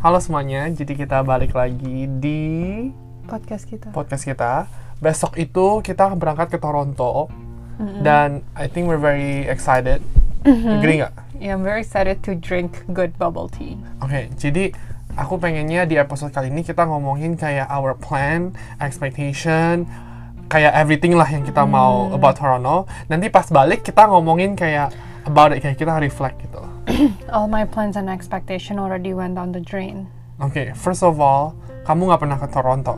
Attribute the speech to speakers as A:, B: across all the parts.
A: Halo semuanya, jadi kita balik lagi di
B: podcast kita.
A: podcast kita. Besok itu kita berangkat ke Toronto dan I think we're very excited. Agree nggak?
B: Yeah, I'm very excited to drink good bubble tea.
A: Oke, jadi aku pengennya di episode kali ini kita ngomongin kayak our plan, expectation, kayak everything lah yang kita mau about Toronto. Nanti pas balik kita ngomongin kayak about it, kayak kita reflect gitu. loh.
B: All my plans and expectation already went down the drain.
A: Oke, first of all, kamu nggak pernah ke Toronto,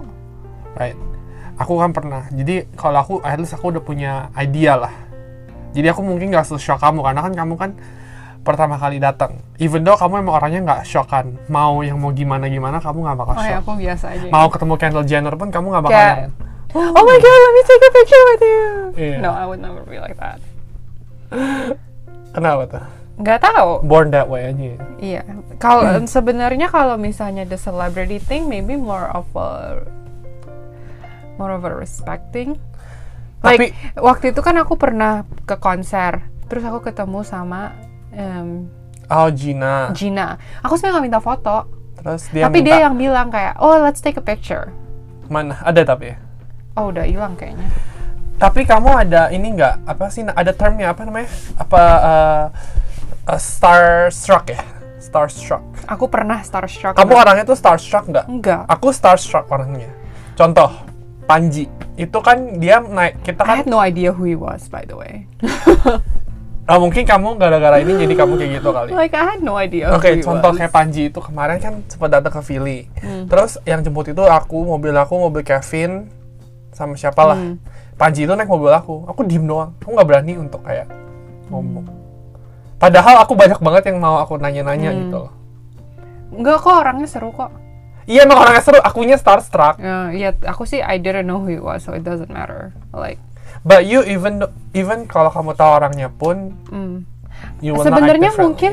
A: right? Aku kan pernah. Jadi kalau aku, at least aku udah punya idea lah. Jadi aku mungkin nggak se-shock kamu karena kan kamu kan pertama kali datang. Even though kamu emang orangnya nggak shock kan, mau yang mau gimana gimana kamu nggak bakal
B: Oh ya,
A: shock.
B: aku biasa aja.
A: Mau ketemu Kendall Jenner pun kamu nggak bakalan.
B: Kayak, oh my god, let me take a picture with you.
A: Iya.
B: No, I would never be like that.
A: Kenapa tuh?
B: Gak tahu.
A: Born that way aja. ya?
B: Iya. Kalau sebenarnya kalau misalnya the celebrity thing, maybe more of a more of a respecting. Like
A: Tapi-
B: waktu itu kan aku pernah ke konser, terus aku ketemu sama em,
A: Oh Gina.
B: Gina. Aku sebenarnya nggak minta foto,
A: Terus dia
B: tapi
A: minta
B: dia yang bilang kayak, oh let's take a picture.
A: mana? Ada tapi.
B: Oh udah hilang kayaknya.
A: Tapi kamu ada ini nggak? Apa sih? Ada termnya apa namanya? Apa eh, eh, starstruck ya? Starstruck.
B: Aku pernah starstruck.
A: Kamu orangnya tuh starstruck nggak?
B: Enggak.
A: Aku starstruck orangnya. Contoh, Panji. Itu kan dia naik. Kita
B: I
A: kan
B: had no idea who he was by the way.
A: Ah, mungkin kamu gara-gara ini jadi kamu kayak gitu kali.
B: like I had no idea.
A: Oke,
B: who he
A: contoh ya.
B: was.
A: kayak Panji itu kemarin kan sempat datang ke Vili.
B: Hmm.
A: Terus yang jemput itu aku, mobil aku, mobil Kevin, sama siapa lah.
B: Hmm.
A: Panji itu naik mobil aku. Aku diem doang. Aku nggak berani untuk kayak ngomong.
B: Hmm.
A: Padahal aku banyak banget yang mau aku nanya-nanya gitu loh.
B: Enggak kok orangnya seru kok.
A: Iya emang orangnya seru, akunya starstruck.
B: Eh, ya aku sih I didn't know who he was, so it doesn't matter. Like
A: But you even even kalau kamu tahu orangnya pun,
B: mm.
A: you will not act
B: sebenarnya
A: differently.
B: mungkin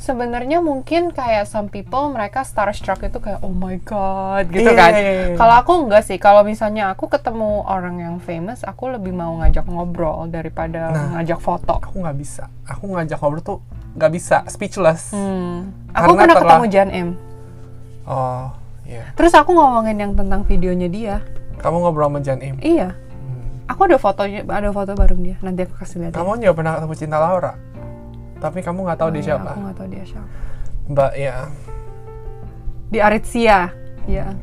B: sebenarnya mungkin kayak some people mereka starstruck itu kayak oh my god gitu
A: Iya,
B: kan.
A: iya, iya.
B: Kalau aku enggak sih, kalau misalnya aku ketemu orang yang famous, aku lebih mau ngajak ngobrol daripada
A: Nah.
B: ngajak foto.
A: aku nggak bisa. Aku ngajak ngobrol tuh nggak bisa, speechless.
B: Hmm. Aku
A: Karena
B: pernah
A: terla-
B: ketemu Jan M.
A: Oh, iya.
B: Terus aku ngomongin yang tentang videonya dia.
A: Kamu ngobrol sama Jan Im.
B: Iya. Aku ada fotonya, ada foto bareng dia. Nanti aku kasih lihat.
A: Hmm. Kamu juga pernah ketemu Cinta Laura, tapi kamu nggak tahu dia
B: Iya,
A: siapa.
B: Aku nggak tahu dia siapa.
A: Mbak ya,
B: Di Aritsia. Iya.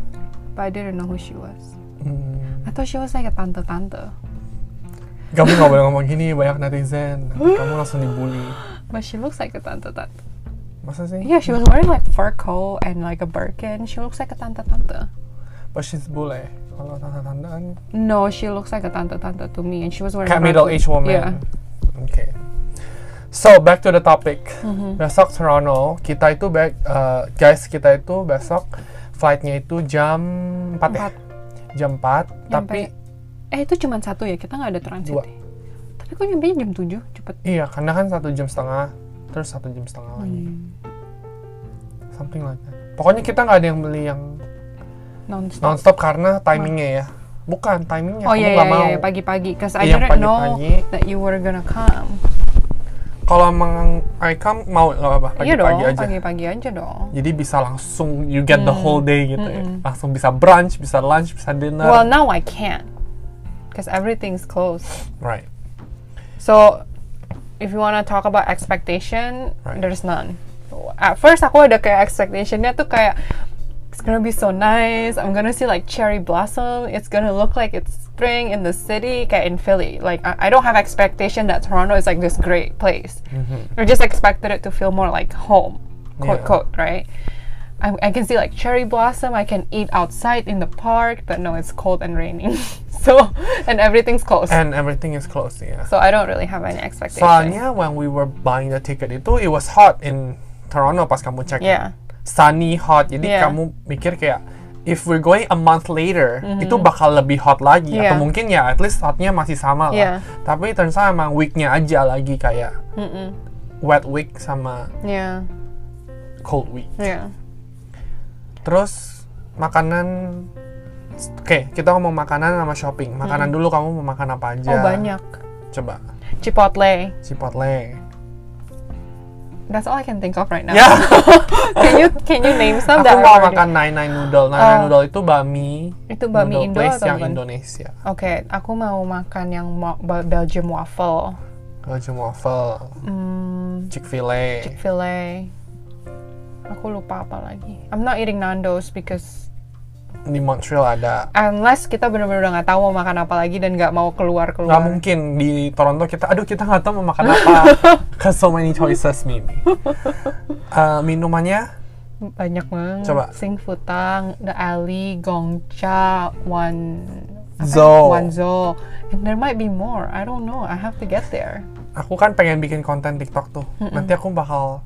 B: But I didn't know who she was.
A: hmm,
B: Atau she was like a tante-tante.
A: kamu nggak boleh ngomong gini banyak netizen, Nanti kamu langsung dibully.
B: But she looks like a tante-tante.
A: Masa sih?
B: Yeah, she was wearing like fur coat and like a Birkin. She looks like a tante-tante.
A: Pas Oh, she's bule, kalau tanda-tanda kan
B: No, she looks like a tante-tante to me. And she was wearing
A: kayak
B: a
A: middle aged woman.
B: Yeah.
A: Oke. So back to the topic.
B: Mhm.
A: Besok Toronto, kita itu back, eh, guys kita itu besok flightnya itu jam 4, ya?
B: Empat.
A: Jam 4, tapi
B: Nyampe- Eh, itu cuma satu ya? Kita nggak ada transit
A: Dua.
B: ya? Tapi kok nyampe jam 7? Cepet.
A: iya karena kan satu jam setengah, terus satu jam setengah lagi,
B: Hmm.
A: something like that. Pokoknya kita nggak ada yang beli yang
B: Non-stop.
A: nonstop karena timingnya ya bukan timingnya kamu
B: Oh iya, iya,
A: nggak mau
B: iya, pagi-pagi. Cause I
A: Iya,
B: didn't know
A: pagi-pagi.
B: that you were gonna come.
A: kalau emang I come mau nggak apa-apa
B: iya dong,
A: pagi-pagi aja
B: pagi-pagi aja dong.
A: jadi bisa langsung you get the whole day gitu ya
B: Mm-mm.
A: langsung bisa brunch bisa lunch bisa dinner
B: Hmm. Well, now I can't. Cause everything's closed.
A: right
B: So, if you wanna talk about expectation,
A: Right.
B: there's none. At first aku ada kayak expectationnya tuh kayak it's gonna be so nice. I'm gonna see like cherry blossom. It's gonna look like it's spring in the city, kayak in Philly. Like I, I don't have expectation that Toronto is like this great place. I just expected it to feel more like home,
A: Mm-hmm. Yeah.
B: quote quote, right? I, I can see like cherry blossom. I can eat outside in the park, but no, it's cold and raining. so and everything's closed.
A: and everything is closed ya
B: So I don't really have any expectation.
A: soalnya when we were buying the ticket itu it was hot in Toronto pas kamu check in.
B: Yeah.
A: sunny hot jadi
B: Yeah.
A: kamu mikir kayak if we're going a month later itu bakal lebih hot lagi
B: Mm-hmm. Yeah.
A: atau mungkin ya at least hotnya masih sama
B: Yeah.
A: lah tapi ternyata emang weeknya aja lagi kayak
B: Mm-mm.
A: wet week sama
B: Yeah.
A: cold week
B: Yeah.
A: terus makanan oke kita ngomong makanan sama shopping
B: Hmm.
A: makanan dulu kamu mau makan apa aja
B: Oh banyak.
A: coba
B: Chipotle.
A: Chipotle
B: that's all I can think of right now.
A: Ya.
B: can you can you name some
A: Aku
B: that
A: mau
B: are already-
A: makan nine nine noodle. Nine nine
B: Oh.
A: noodle itu bami.
B: Itu bami
A: noodle
B: Indo
A: place
B: atau
A: yang
B: bukan?
A: Indonesia.
B: Oke, aku mau makan yang mo- Bel- Belgium waffle,
A: Belgium waffle,
B: hmm,
A: Chick Fil A.
B: filet. Aku lupa apa lagi. I'm not eating Nando's because
A: Di Montreal ada.
B: unless kita bener-bener udah nggak tahu mau makan apa lagi dan nggak mau keluar
A: Nggak
B: keluar.
A: mungkin di Toronto kita. Aduh kita nggak tahu mau makan apa. Cause so many choices maybe. Eh, minumannya
B: Banyak banget.
A: Coba.
B: Sing Futang, The Alley, Gongcha, One
A: Zo.
B: Wanzo. And there might be more. I don't know. I have to get there.
A: aku kan pengen bikin konten TikTok tuh. Nanti aku bakal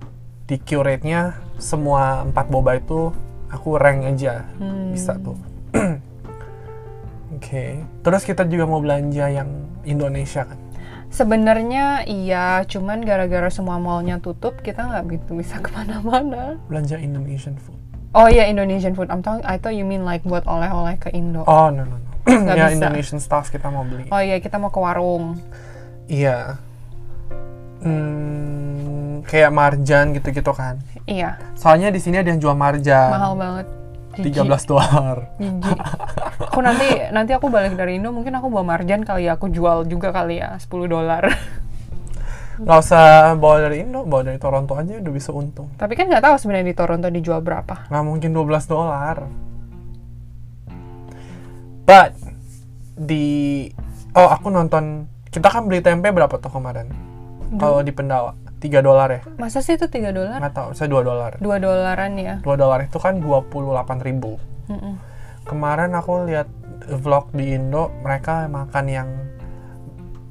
A: di curate-nya semua empat boba itu aku rank aja.
B: Hmm.
A: Bisa tuh. Oke. Terus kita juga mau belanja yang Indonesia kan.
B: Sebenarnya iya, cuman gara-gara semua mallnya tutup, kita nggak begitu bisa kemana-mana.
A: Belanja Indonesian food.
B: Oh iya, Indonesian food. I'm talking, I thought you mean like buat oleh-oleh ke Indo.
A: Oh, no no no.
B: Nggak
A: ya
B: bisa.
A: Indonesian stuff kita mau beli.
B: Oh iya, kita mau ke warung.
A: Iya. Hmm, kayak marjan gitu-gitu kan.
B: Iya,
A: Soalnya di sini ada yang jual marjan.
B: mahal banget.
A: tiga 13 dolar.
B: Jijik. Aku nanti nanti aku balik dari Indo mungkin aku bawa marjan kali ya, aku jual juga kali ya, 10 dolar.
A: Nggak usah bawa dari Indo, bawa dari Toronto aja udah bisa untung.
B: Tapi kan nggak tahu sebenarnya di Toronto dijual berapa.
A: nggak mungkin 12 dolar. But di oh aku nonton kita kan beli tempe berapa tuh kemarin? Kalau di Pendawa 3 dolar ya?
B: Masa sih itu 3 dolar?
A: Nggak tahu, saya 2 dolar.
B: 2 dolaran ya.
A: 2 dolar itu kan 28.000. ribu
B: Mm-mm.
A: Kemarin aku lihat vlog di Indo, mereka makan yang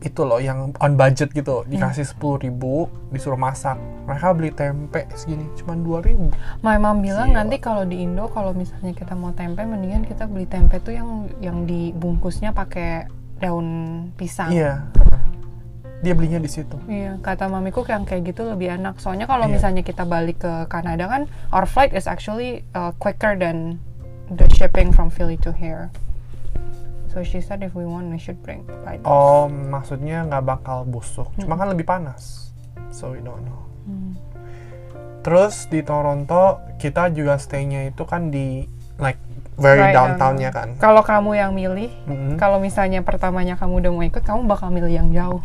A: itu loh yang on budget gitu dikasih 10.000 ribu disuruh masak mereka beli tempe segini cuman 2.000 ribu
B: My mom bilang
A: Gila.
B: nanti kalau di Indo kalau misalnya kita mau tempe mendingan kita beli tempe tuh yang yang dibungkusnya pakai daun pisang.
A: iya dia belinya di situ
B: Iya, kata mamiku yang kayak gitu lebih enak. Soalnya kalau
A: Iya.
B: misalnya kita balik ke Kanada kan, our flight is actually uh, quicker than the shipping from Philly to here. So she said if we want, we should bring buy those.
A: Oh, maksudnya nggak bakal busuk. Cuma kan lebih panas. So we don't know.
B: Hmm.
A: Terus di Toronto kita juga stay-nya itu kan di like very
B: Right,
A: downtown-nya
B: um,
A: kan.
B: Kalau kamu yang milih,
A: Mm-mm.
B: kalau misalnya pertamanya kamu udah mau ikut, kamu bakal milih yang jauh.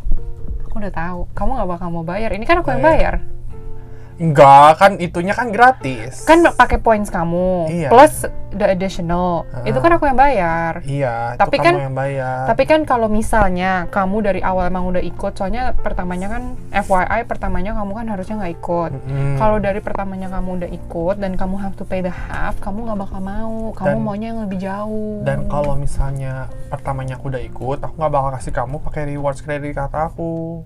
B: Aku udah tahu, kamu nggak bakal mau bayar. Ini kan aku yang
A: Bayar.
B: bayar.
A: Enggak, kan itunya kan gratis.
B: Kan pakai points kamu
A: Iya. Ah.
B: plus the additional. Itu kan aku yang bayar.
A: Iya, itu
B: Tapi
A: kamu
B: kan-
A: yang bayar.
B: Tapi kan kalau misalnya kamu dari awal emang udah ikut, soalnya pertamanya kan FYI pertamanya kamu kan harusnya nggak ikut.
A: Mm-mm.
B: Kalau dari pertamanya kamu udah ikut dan kamu have to pay the half, kamu nggak bakal mau.
A: Dan-
B: Kamu maunya yang lebih jauh.
A: dan kalau misalnya pertamanya aku udah ikut, aku nggak bakal kasih kamu pakai rewards kredit kata aku.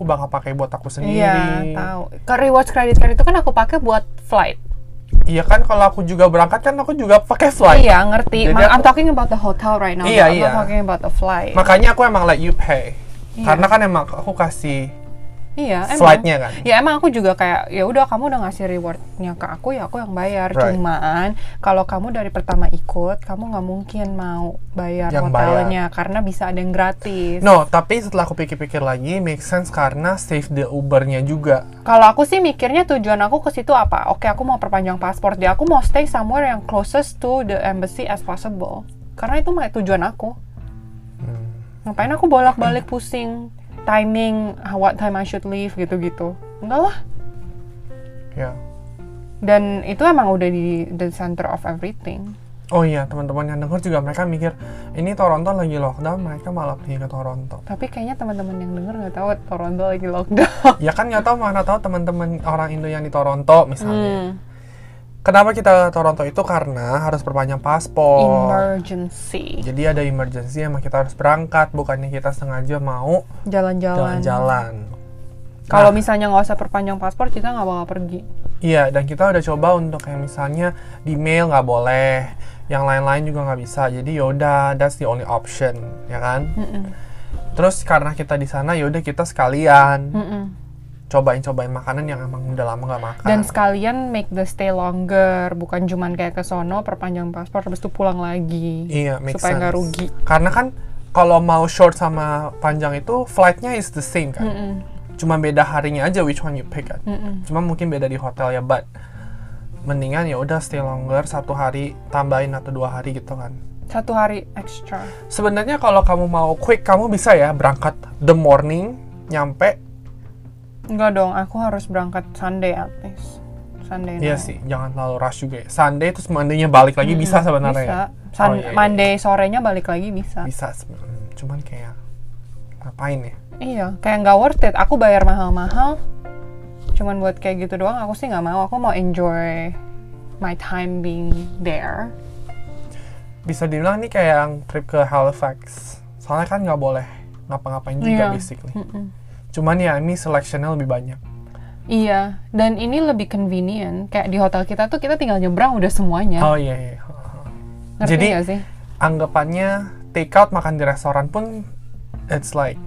A: Aku bakal pakai buat aku sendiri.
B: Iya, tahu. Kalau reward credit card itu kan aku pakai buat flight.
A: Iya kan kalau aku juga berangkat kan aku juga pakai flight.
B: Iya, ngerti.
A: Jadi
B: Ma- I'm
A: aku-
B: talking about the hotel right now.
A: Iya,
B: I'm
A: iya.
B: not talking about the flight.
A: Makanya aku emang let you pay.
B: Iya.
A: Karena kan emang aku kasih
B: iya, emang.
A: flight-nya kan.
B: Ya emang aku juga kayak ya udah kamu udah ngasih rewardnya ke aku ya aku yang bayar.
A: Right.
B: Cuman kalau kamu dari pertama ikut kamu nggak mungkin mau bayar
A: Yang
B: hotelnya karena bisa ada yang gratis.
A: No, tapi setelah aku pikir-pikir lagi, make sense karena save the Uber-nya juga.
B: Kalau aku sih mikirnya tujuan aku ke situ apa? Oke aku mau perpanjang paspor dia aku mau stay somewhere yang closest to the embassy as possible. Karena itu mah tujuan aku. Hmm. Ngapain aku bolak-balik pusing timing uh, what time I should leave gitu-gitu. Enggak lah.
A: Ya.
B: Dan itu emang udah di the center of everything.
A: Oh iya, teman-teman yang denger juga mereka mikir, ini Toronto lagi lockdown, mereka malah pergi ke Toronto.
B: Tapi kayaknya teman-teman yang denger nggak tahu Toronto lagi lockdown.
A: Ya kan nggak tahu mana tahu teman-teman orang Indo yang di Toronto
B: ya. Hmm.
A: misalnya. Kenapa kita ke Toronto itu karena harus perpanjang
B: Oh.
A: paspor.
B: Emergency.
A: Jadi ada emergency emang kita harus berangkat, bukannya kita sengaja mau
B: Jalan-jalan. Nah.
A: jalan-jalan.
B: Kalau misalnya nggak usah perpanjang paspor, kita nggak bakal pergi.
A: Iya, dan kita udah coba untuk kayak misalnya di mail nggak boleh, yang lain-lain juga nggak bisa. Jadi yaudah, that's the only option, ya kan? Terus karena kita di sana, yaudah kita sekalian
B: Mm-mm.
A: cobain-cobain makanan yang emang udah lama nggak makan.
B: Dan sekalian make the stay longer, bukan cuman kayak ke sono perpanjang paspor, terus tuh pulang lagi.
A: iya, make
B: supaya nggak
A: sense.
B: rugi. Hmm.
A: Karena kan kalau mau short sama panjang itu flightnya is the same kan.
B: Mm-mm.
A: cuma beda harinya aja which one you pick kan cuma mungkin beda di hotel ya but mendingan ya udah stay longer satu hari tambahin atau dua hari gitu kan
B: Satu hari extra.
A: sebenarnya kalau kamu mau quick kamu bisa ya berangkat the morning nyampe
B: Enggak dong, aku harus berangkat Sunday at least. Sunday
A: Iya
B: night.
A: sih, jangan terlalu rush juga ya. Sunday terus Monday-nya balik lagi bisa sebenarnya
B: Bisa.
A: ya. Oh,
B: Sun-
A: iya, iya.
B: Monday sorenya balik lagi bisa.
A: Bisa sebenarnya. Cuman kayak ngapain ya?
B: Iya, kayak nggak worth it. Aku bayar mahal-mahal, cuman buat kayak gitu doang. Aku sih nggak mau. Aku mau enjoy my time being there.
A: Bisa dibilang ini kayak yang trip ke Halifax. Soalnya kan nggak boleh ngapa-ngapain juga
B: Iya.
A: basically. Cuman ya ini selection-nya lebih banyak.
B: Iya, dan ini lebih convenient. Kayak di hotel kita tuh kita tinggal nyebrang udah semuanya.
A: Oh iya iya.
B: Ngerti
A: jadi-
B: nggak sih?
A: Anggapannya take out makan di restoran pun it's like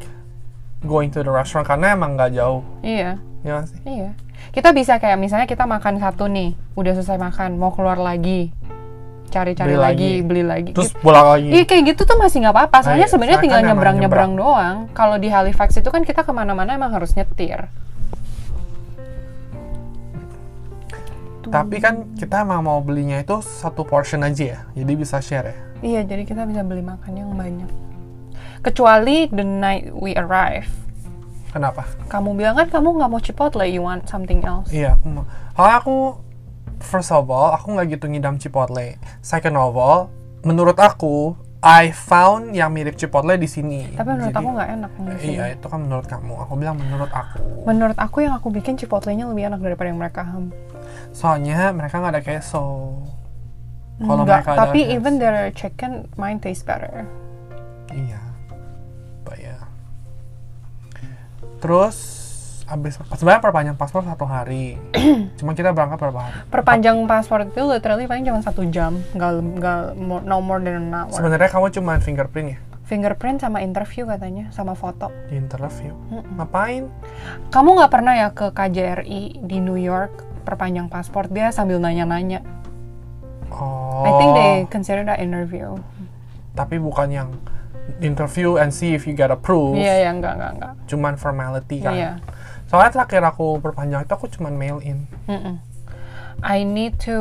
A: going to the restaurant karena emang nggak jauh.
B: Iya,
A: Ya nggak sih.
B: iya. Kita bisa kayak misalnya kita makan satu nih, udah selesai makan, mau keluar lagi, cari-cari
A: Beli
B: lagi,
A: lagi.
B: beli lagi.
A: Terus
B: Gitu.
A: pulang lagi.
B: Iya kayak gitu tuh masih nggak apa-apa. Soalnya
A: iya,
B: sebenarnya
A: soalnya
B: tinggal
A: kan emang
B: nyebrang-nyebrang doang. Kalau di Halifax itu kan kita kemana-mana emang harus nyetir. Gitu.
A: Tapi kan kita emang mau belinya itu satu portion aja ya. Jadi bisa share ya.
B: Iya, jadi kita bisa beli makan yang banyak. Kecuali the night we arrive.
A: Kenapa?
B: Kamu bilang kan kamu nggak mau Chipotle, you want something else.
A: Iya, aku mau. Kalau aku first of all, aku nggak gitu ngidam Chipotle. Second of all, menurut aku I found yang mirip Chipotle di sini.
B: Tapi menurut
A: Jadi-
B: aku nggak enak. yang di sini.
A: Iya, itu kan menurut kamu. Aku bilang menurut aku.
B: Menurut aku yang aku bikin Chipotle-nya lebih enak daripada yang mereka ham.
A: Soalnya mereka nggak ada queso. Kalau
B: Nggak,
A: mereka ada
B: tapi
A: queso-
B: even their chicken, mine tastes better.
A: Iya. But ya. Terus abis sebenarnya perpanjang paspor satu hari. Cuma kita berangkat berapa hari?
B: Perpanjang paspor itu literally paling cuma satu jam, nggak nggak mo- no more than an hour.
A: Sebenarnya kamu cuma fingerprint ya
B: Fingerprint sama interview katanya, sama foto.
A: di interview. Ngapain?
B: Kamu nggak pernah ya ke KJRI di New York perpanjang paspor dia sambil nanya-nanya.
A: Oh.
B: I think they consider that interview.
A: tapi bukan yang interview and see if you get approved
B: Iya, ya, enggak, enggak, enggak.
A: cuman formality kan
B: Iya.
A: soalnya terakhir aku perpanjang itu aku cuman mail in
B: Mm-mm. I need to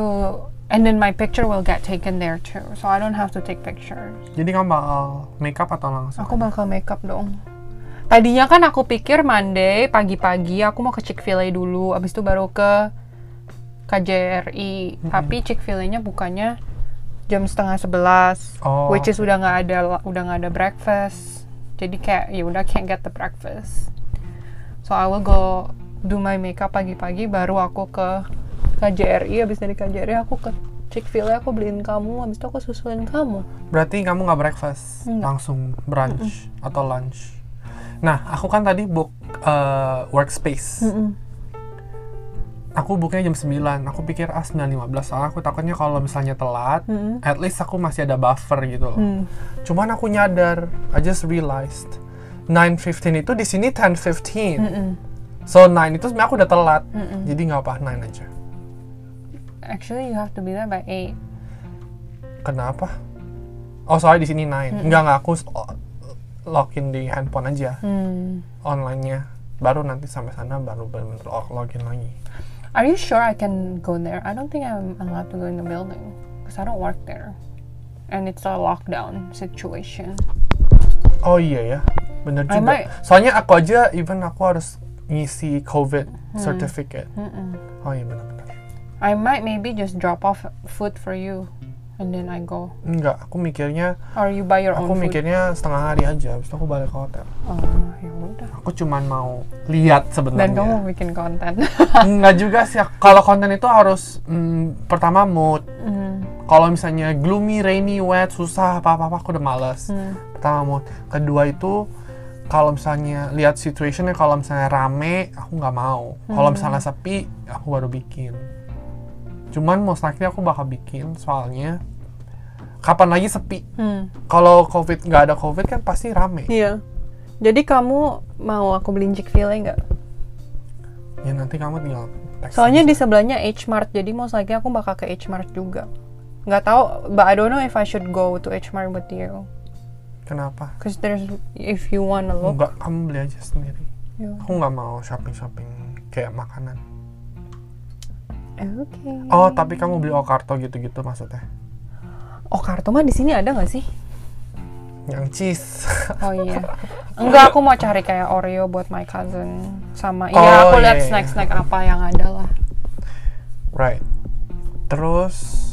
B: and then my picture will get taken there too. So I don't have to take pictures.
A: jadi kamu bakal make up atau langsung
B: Aku bakal makeup dong. Tadinya kan aku pikir Monday pagi-pagi aku mau ke Chick-fil-A dulu, abis itu baru ke KJRI. Tapi Chick-fil-A-nya bukannya jam setengah sebelas,
A: Oh,
B: which is udah nggak ada udah nggak ada breakfast. Jadi kayak ya udah can't get the breakfast. So I will go do my makeup pagi-pagi, baru aku ke KJRI, abis dari KJRI aku ke Chick-fil-A, aku beliin kamu, abis itu aku susulin kamu.
A: berarti kamu nggak breakfast
B: Nggak.
A: langsung brunch atau lunch nah aku kan tadi book uh, workspace
B: Mm.
A: aku booknya jam 9 aku pikir ah 9.15 soalnya aku takutnya kalau misalnya telat
B: Mm-mm.
A: at least aku masih ada buffer gitu loh
B: Hmm.
A: cuman aku nyadar I just realized 9.15 itu di sini 10.15
B: Mm-mm.
A: So 9 itu sebenarnya aku udah telat.
B: Mm-mm.
A: Jadi nggak apa 9 aja.
B: Actually, you have to be there by 8.
A: Kenapa? Oh, soalnya di sini 9. Enggak enggak aku s- o- login di handphone aja
B: Hmm.
A: online-nya. Baru nanti sampai sana baru benar-benar log- login lagi.
B: Are you sure I can go there? I don't think I'm allowed to go in the building because I don't work there. And it's a lockdown situation.
A: Oh iya ya. Bener
B: I
A: juga.
B: might-
A: Soalnya aku aja even aku harus ngisi COVID
B: Hmm.
A: certificate. Oh iya benar-benar.
B: I might maybe just drop off food for you and then I go.
A: Enggak, aku mikirnya
B: Or you buy your
A: aku
B: own food.
A: mikirnya setengah hari aja habis itu aku balik ke hotel.
B: Oh, ya udah.
A: Aku cuman mau lihat sebenarnya.
B: Dan kamu mau bikin konten.
A: Enggak juga sih. Kalau konten itu harus mm, pertama mood.
B: Mm-hmm.
A: Kalau misalnya gloomy, rainy, wet, susah apa-apa aku udah males.
B: Mm-hmm.
A: Pertama mood. Kedua itu kalau misalnya lihat situationnya kalau misalnya rame aku nggak mau. Kalau misalnya sepi aku baru bikin. Cuman most likely aku bakal bikin soalnya kapan lagi sepi.
B: Hmm.
A: Kalau covid nggak ada covid kan pasti rame.
B: Iya. Jadi kamu mau aku beliin Chick-fil-A nggak?
A: Ya nanti kamu tinggal text
B: Soalnya
A: aja.
B: di sebelahnya H Mart, jadi most likely aku bakal ke H Mart juga. Nggak tahu, but I don't know if I should go to H Mart with you.
A: kenapa?
B: Cause there's if you wanna look.
A: Enggak, kamu beli aja sendiri.
B: Yeah.
A: Aku nggak mau shopping-shopping kayak makanan.
B: Okay.
A: Oh, tapi kamu beli Okarto gitu-gitu maksudnya?
B: Oh, kartu mah di sini ada nggak sih?
A: Yang cheese.
B: Oh iya. Enggak, aku mau cari kayak Oreo buat my cousin sama iya
A: Oh,
B: aku lihat
A: iya, iya.
B: snack-snack apa yang ada lah.
A: right. Terus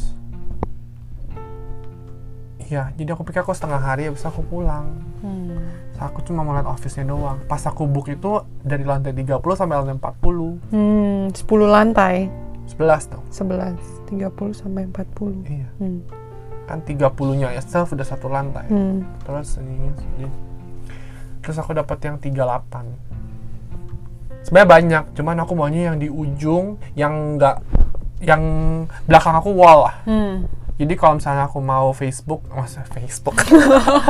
A: Iya, jadi aku pikir aku setengah hari habis itu aku pulang.
B: Hmm.
A: Aku cuma mau lihat office-nya doang. Pas aku book itu dari lantai 30 sampai lantai 40.
B: Hmm, 10 lantai,
A: 11 dong.
B: 11, 30 sampai 40.
A: Iya.
B: Hmm.
A: Kan 30-nya itself udah satu lantai.
B: Hmm.
A: terus ininya sedih. terus aku dapat yang 38 sebenarnya banyak cuman aku maunya yang di ujung yang enggak yang belakang aku wall lah
B: Hmm.
A: jadi kalau misalnya aku mau Facebook masa Facebook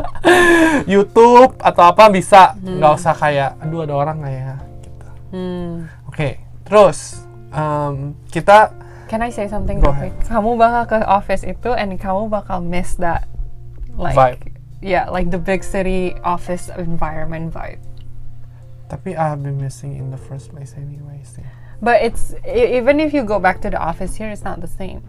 A: YouTube atau apa bisa nggak usah kayak aduh ada orang nggak ya gitu.
B: Hmm.
A: oke terus em, kita
B: Can I say something
A: Go
B: real quick? Kamu bakal ke office itu and kamu bakal miss that like
A: Vibe.
B: yeah, like the big city office environment vibe.
A: tapi I've been missing in the first place anyway sih
B: But it's e- even if you go back to the office here, it's not the same.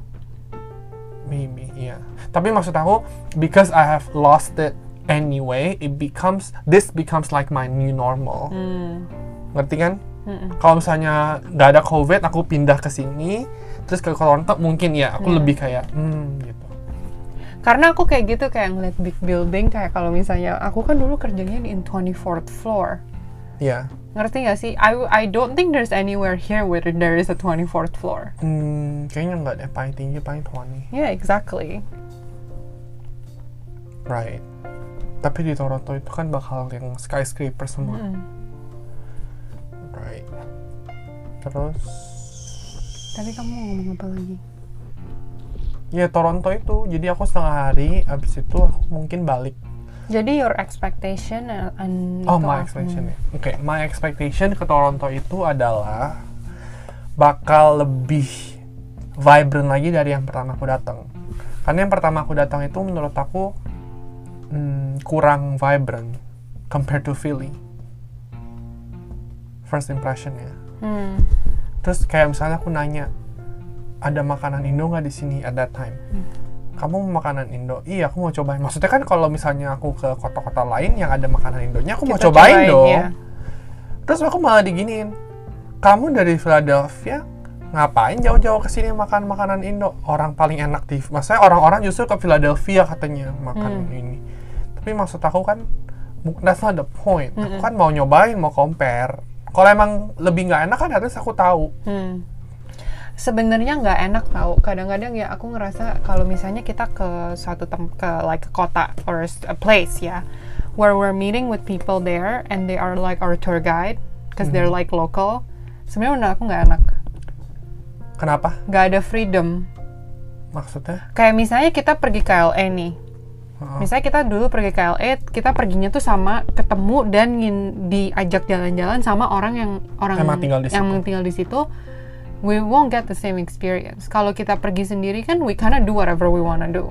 A: Maybe, iya. Tapi maksud aku, because I have lost it anyway, it becomes this becomes like my new normal. Ngerti kan? Kalau misalnya nggak ada COVID, aku pindah ke sini, terus ke Toronto mungkin ya aku lebih kayak hmm gitu.
B: Karena aku kayak gitu kayak ngeliat big building kayak kalau misalnya aku kan dulu kerjanya di in 24th floor.
A: Ya,
B: Ngerti gak sih? I I don't think there's anywhere here where there is a 24th floor.
A: hmm, kayaknya nggak deh. Paling tinggi paling 20.
B: Yeah, exactly.
A: Right. Tapi di Toronto itu kan bakal yang skyscraper semua.
B: Hmm.
A: Right. Terus
B: Tadi kamu mau ngomong apa lagi?
A: ya Toronto itu. Jadi aku setengah hari abis itu aku mungkin balik
B: Jadi your expectation and, and
A: Oh,
B: itu
A: my
B: apa?
A: expectation ya. Oke, my expectation ke Toronto itu adalah bakal lebih vibrant lagi dari yang pertama aku datang. Karena yang pertama aku datang itu menurut aku hmm, kurang vibrant compared to Philly. First impression ya.
B: Hmm.
A: Terus kayak misalnya aku nanya, ada makanan Indo nggak di sini at that time? Kamu mau makanan Indo? Iya, aku mau cobain. Maksudnya kan kalau misalnya aku ke kota-kota lain yang ada makanan Indonya, aku mau
B: Kita
A: cobain, dong.
B: ya.
A: Terus aku malah diginiin, kamu dari Philadelphia ngapain jauh-jauh ke sini makan makanan Indo? Orang paling enak di, maksudnya orang-orang justru ke Philadelphia katanya makan ini. Tapi maksud aku kan, bu- that's not the point. Aku kan mau nyobain, mau compare. Kalau emang lebih nggak enak kan harus aku tahu.
B: Hmm. Sebenarnya nggak enak tau. Kadang-kadang ya aku ngerasa kalau misalnya kita ke suatu tem ke like ke kota or s- a place ya, where we're meeting with people there and they are like our tour guide because
A: Hmm.
B: they're like local. Sebenarnya menurut aku nggak enak.
A: Kenapa?
B: Nggak ada freedom.
A: Maksudnya?
B: Kayak misalnya kita pergi ke LA nih.
A: Heeh.
B: Misalnya kita dulu pergi ke LA, kita perginya tuh sama ketemu dan ngin- diajak jalan-jalan sama orang yang orang
A: Emang tinggal di
B: yang
A: situ.
B: tinggal di situ. We won't get the same experience. Kalau kita pergi sendiri kan we kinda do whatever we wanna do.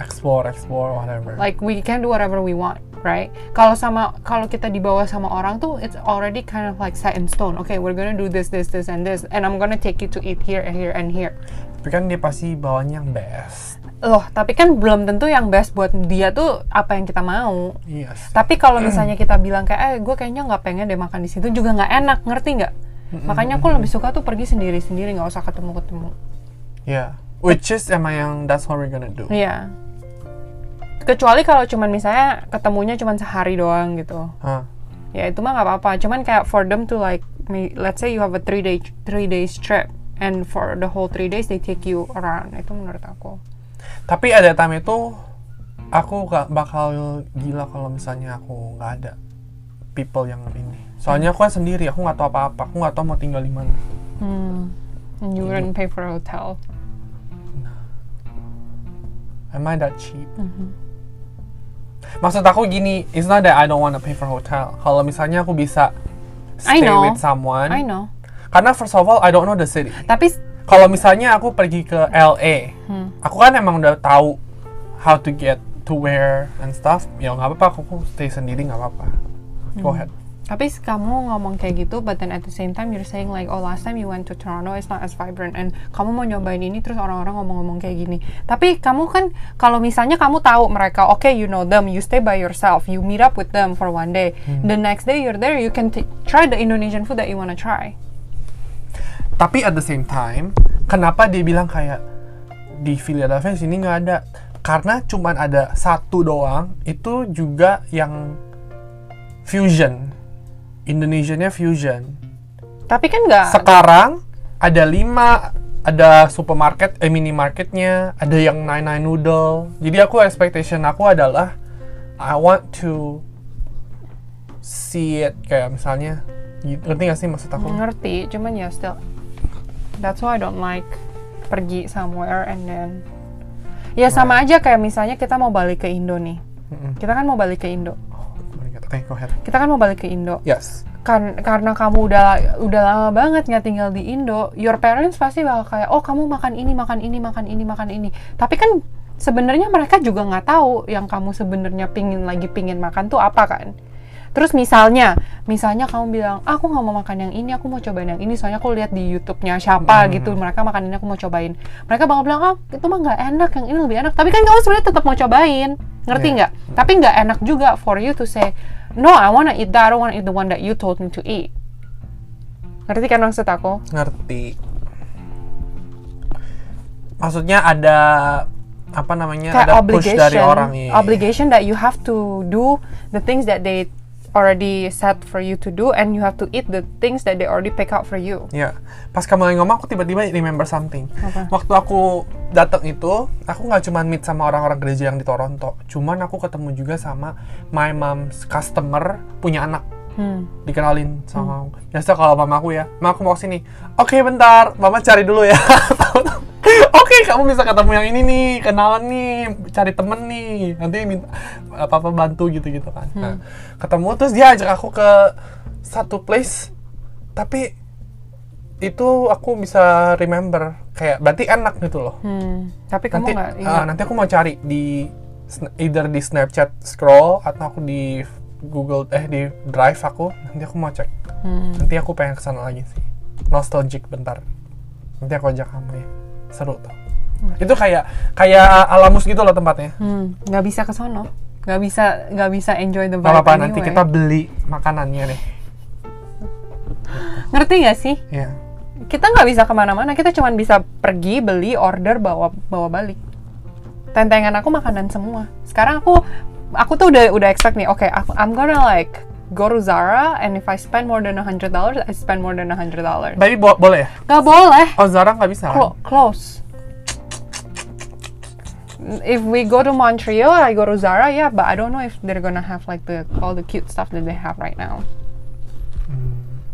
A: Explore, explore, whatever.
B: Like we can do whatever we want, right? Kalau sama kalau kita dibawa sama orang tuh it's already kind of like set in stone. Okay, we're gonna do this, this, this, and this, and I'm gonna take you to eat here, and here, and here.
A: Tapi kan dia pasti bawanya yang best.
B: Loh, tapi kan belum tentu yang best buat dia tuh apa yang kita mau.
A: Iya sih.
B: Tapi kalau misalnya kita bilang kayak, eh gue kayaknya nggak pengen deh makan di situ juga nggak enak, ngerti nggak? Makanya aku lebih suka tuh pergi sendiri-sendiri, nggak usah ketemu-ketemu.
A: Iya. Which is emang yang that's what we're gonna do.
B: Iya. Kecuali kalau cuman misalnya ketemunya cuman sehari doang gitu.
A: Hah.
B: Ya itu mah nggak apa-apa. Cuman kayak for them to like, may- let's say you have a three day three days trip and for the whole three days they take you around. Itu menurut aku.
A: Tapi ada time itu aku gak bakal gila kalau misalnya aku nggak ada people yang ini. Soalnya aku kan sendiri, aku nggak tahu apa-apa, aku nggak tahu mau tinggal di mana.
B: Hmm. And you wouldn't pay for a hotel.
A: Am I that cheap?
B: Mm-hmm.
A: Maksud aku gini, it's not that I don't wanna pay for hotel. Kalau misalnya aku bisa
B: I
A: stay
B: know.
A: with someone,
B: I know.
A: karena first of all I don't know the city.
B: Tapi
A: kalau misalnya aku pergi ke LA,
B: Hmm.
A: aku kan emang udah tahu how
B: Hmm.
A: to get to where and stuff. Ya nggak apa-apa, aku- aku stay sendiri nggak apa-apa. Go ahead.
B: Tapi kamu ngomong kayak gitu, but then at the same time you're saying like, oh last time you went to Toronto it's not as vibrant, and kamu mau nyobain ini terus orang-orang ngomong-ngomong kayak gini. Tapi kamu kan kalau misalnya kamu tahu mereka, okay you know them, you stay by yourself, you meet up with them for one day, the next day you're there, you can t- try the Indonesian food that you wanna try.
A: Tapi at the same time, kenapa dia bilang kayak di Philadelphia sini nggak ada? Karena cuman ada satu doang, itu juga yang fusion. Indonesianya fusion.
B: Tapi kan nggak
A: Sekarang ada lima, ada supermarket, eh minimarketnya, ada yang nine nine noodle. Jadi aku expectation aku adalah I want to see it kayak misalnya gitu. Ngerti gak sih maksud aku?
B: ngerti, cuman ya still. That's why I don't like pergi somewhere and then. Ya sama aja kayak misalnya kita mau balik ke Indo nih. Kita kan mau balik ke Indo.
A: Oh my God. Okay, go ahead.
B: Kita kan mau balik ke Indo.
A: Yes.
B: Kan- karena kamu udah udah lama banget nggak tinggal di Indo, your parents pasti bakal kayak, oh kamu makan ini, makan ini, makan ini, makan ini. Tapi kan sebenarnya mereka juga nggak tahu yang kamu sebenarnya pingin lagi pingin makan tuh apa kan. Terus misalnya, misalnya kamu bilang, "Ah, aku nggak mau makan yang ini, aku mau cobain yang ini, soalnya aku lihat di YouTube-nya siapa gitu, mereka makan ini aku mau cobain. Mereka bakal bilang, ah itu mah nggak enak, yang ini lebih enak. Tapi kan kamu sebenarnya tetap mau cobain, ngerti
A: Iya.
B: nggak? Ya, Tapi nggak enak juga for you to say, no, I wanna eat that, I don't wanna eat the one that you told me to eat. Ngerti kan maksud aku?
A: Ngerti. Maksudnya ada apa namanya?
B: Kayak
A: ada push
B: obligation,
A: dari orang iya. ini.
B: obligation that you have to do the things that they already set for you to do, and you have to eat the things that they already pick out for you.
A: Ya, pas kamu lagi ngomong aku tiba-tiba remember something.
B: Apa?
A: Waktu aku datang itu, aku nggak cuma meet sama orang-orang gereja yang di Toronto, cuman aku ketemu juga sama my mom's customer punya anak.
B: Hmm,
A: Dikenalin sama aku. Biasa kalau mama aku ya, "Ma, aku mau sini." "Oke, bentar. Mama cari dulu ya." Tahu-tahu, Oke, kamu bisa ketemu yang ini nih, kenalan nih, cari temen nih. Nanti minta apa-apa bantu gitu-gitu kan. Nah, ketemu terus dia ajak aku ke satu place tapi itu aku bisa remember kayak berarti enak gitu loh
B: Hmm, tapi kamu
A: nanti
B: nggak iya.
A: ah,
B: ingat.
A: nanti aku mau cari di sna- either di Snapchat scroll atau aku di Google eh di Drive aku nanti aku mau cek
B: Hmm.
A: nanti aku pengen kesana lagi sih nostalgic bentar nanti aku ajak kamu ya seru tuh itu kayak kayak alamus gitu loh tempatnya
B: Hmm, nggak bisa ke sono. Nggak bisa nggak bisa enjoy the vibe.
A: Gak apa-apa nanti
B: anyway.
A: kita beli makanannya deh
B: ngerti nggak sih?
A: ya
B: Kita nggak bisa kemana-mana. Kita cuma bisa pergi beli order bawa bawa balik. Tentengan aku makanan semua. Sekarang aku aku tuh udah udah expect nih. Oke, aku I'm gonna like go to Zara and if I spend more than $100, I spend more than $100.
A: tapi bo- boleh ya
B: Nggak boleh.
A: oh Zara nggak bisa kan?
B: Clo- close. If we go to Montreal, I go to Zara, yeah, but I don't know if they're gonna have like the all the cute stuff that they have right now.
A: Hmm,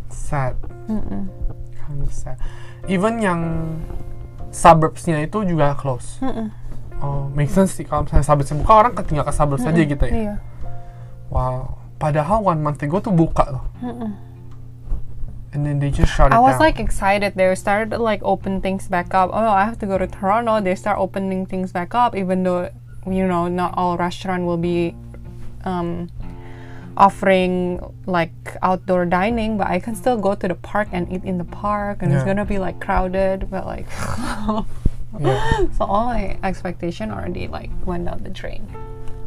A: sad kind of sad even yang suburbsnya itu juga close oh make sense sih kalau misalnya suburbsnya buka orang tinggal ke suburbs aja gitu ya
B: Iya.
A: wow padahal one month ago tuh buka loh and then they just shut it
B: I was
A: down
B: like excited. They started like open things back up. Oh, I have to go to Toronto. They start opening things back up, even though you know not all restaurant will be um, offering like outdoor dining. But I can still go to the park and eat in the park, and it's
A: Yeah.
B: gonna be like crowded. But like,
A: Yeah.
B: so all my expectation already like went down the drain.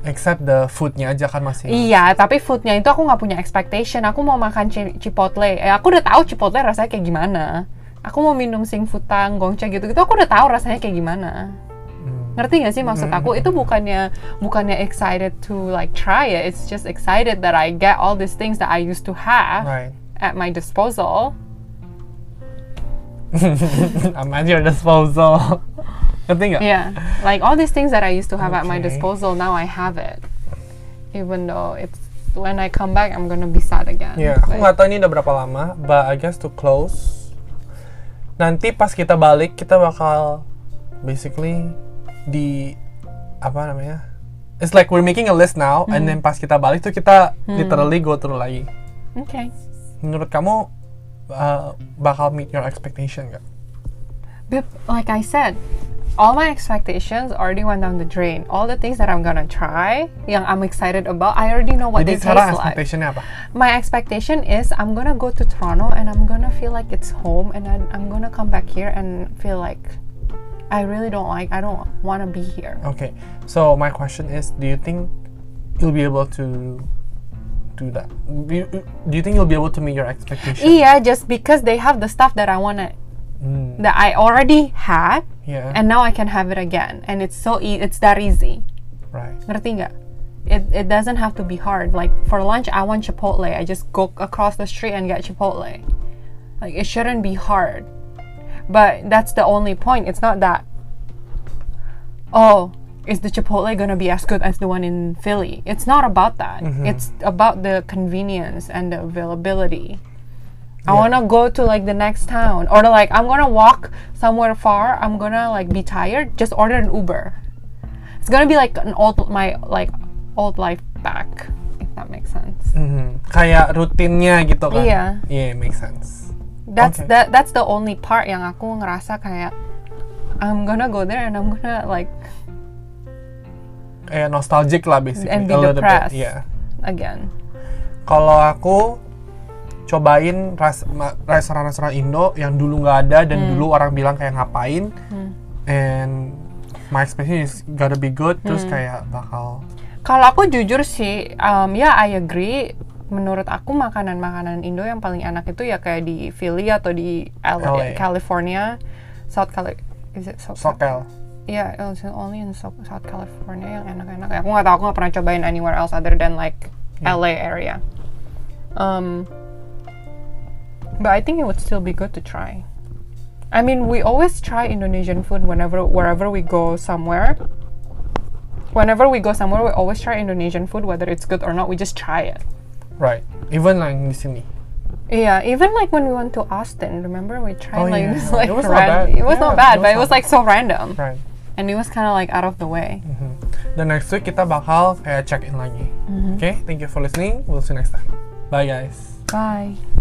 A: except the foodnya aja kan masih
B: Iya, tapi foodnya itu aku nggak punya expectation. Aku mau makan chi- chipotle. Eh, aku udah tahu chipotle rasanya kayak gimana. Aku mau minum sing futang, gongcha gitu-gitu. Aku udah tahu rasanya kayak gimana.
A: Hmm.
B: Ngerti nggak sih maksud aku? Itu bukannya bukannya excited to like try it. It's just excited that I get all these things that I used to have
A: right
B: at my disposal.
A: I'm at your disposal ngerti nggak
B: Yeah, like all these things that I used to have at my
A: Okay.
B: disposal now I have it. Even though it's when I come back I'm gonna be sad again.
A: Ya, aku
B: But-
A: nggak tahu ini udah berapa lama, but I guess to close. Nanti pas kita balik kita bakal basically di apa namanya? It's like we're making a list now,
B: Mm-hmm.
A: and then pas kita balik tuh kita literally go through lagi.
B: okay.
A: Menurut kamu uh, bakal meet your expectation gak?
B: But like I said, all my expectations already went down the drain. All the things that I'm gonna try, yang I'm excited about, I already know what
A: Jadi
B: they
A: sekarang
B: taste like.
A: expectationnya apa?
B: My expectation is I'm gonna go to Toronto and I'm gonna feel like it's home, and I, I'm gonna come back here and feel like I really don't like, I don't wanna be here.
A: Okay, so my question is, do you think you'll be able to do that? Do you, do you think you'll be able to meet your expectation?
B: Yeah, just because they have the stuff that I wanna,
A: Mm,
B: that I already had,
A: yeah.
B: and now I can have it again, and it's so e- it's that easy.
A: right.
B: Ngerti nggak? It, it doesn't have to be hard. Like for lunch, I want Chipotle. I just go across the street and get Chipotle. Like it shouldn't be hard. But that's the only point. It's not that. Oh, is the Chipotle gonna be as good as the one in Philly? It's not about that. It's about the convenience and the availability. I
A: Yeah.
B: wanna go to like the next town, or like I'm gonna walk somewhere far. I'm gonna like be tired. Just order an Uber. It's gonna be like an old my like old life back, if that makes sense.
A: Mhm. Kayak rutinnya gitu kan?
B: Iya.
A: Yeah, makes sense.
B: That's
A: Okay.
B: that that's the only part yang aku ngerasa kayak I'm gonna go there and I'm gonna like
A: Kayak nostalgic lah basically.
B: And be
A: a little bit.
B: depressed.
A: Yeah.
B: again.
A: Kalau aku cobain ras- ma- restoran-restoran Indo yang dulu nggak ada dan dulu orang bilang kayak ngapain, and my expectation is gotta be good. Terus kayak bakal
B: Kalau aku jujur sih, um, ya I agree. Menurut aku makanan-makanan Indo yang paling enak itu ya kayak di Philly atau di LA,
A: LA.
B: California, South Cali is it South,
A: sokel.
B: Iya, it's only in South, South California yang enak-enak. Aku nggak tahu, aku nggak pernah cobain anywhere else other than like LA area. Um, but I think it would still be good to try. I mean, we always try Indonesian food whenever wherever we go somewhere. Whenever we go somewhere, we always try Indonesian food, whether it's good or not. We just try it.
A: Right. Even like di sini.
B: Yeah, even like when we went to Austin, remember we tried
A: Oh,
B: like
A: yeah,
B: this
A: yeah.
B: like
A: It was not
B: ran-
A: bad.
B: It was not
A: Yeah,
B: bad,
A: it
B: but
A: was
B: it was
A: not
B: like so random,
A: Right.
B: and it was kind of like out of the way.
A: Mm. Dan next week kita bakal kayak check in lagi. Okay, thank you for listening. We'll see you next time. Bye guys.
B: Bye.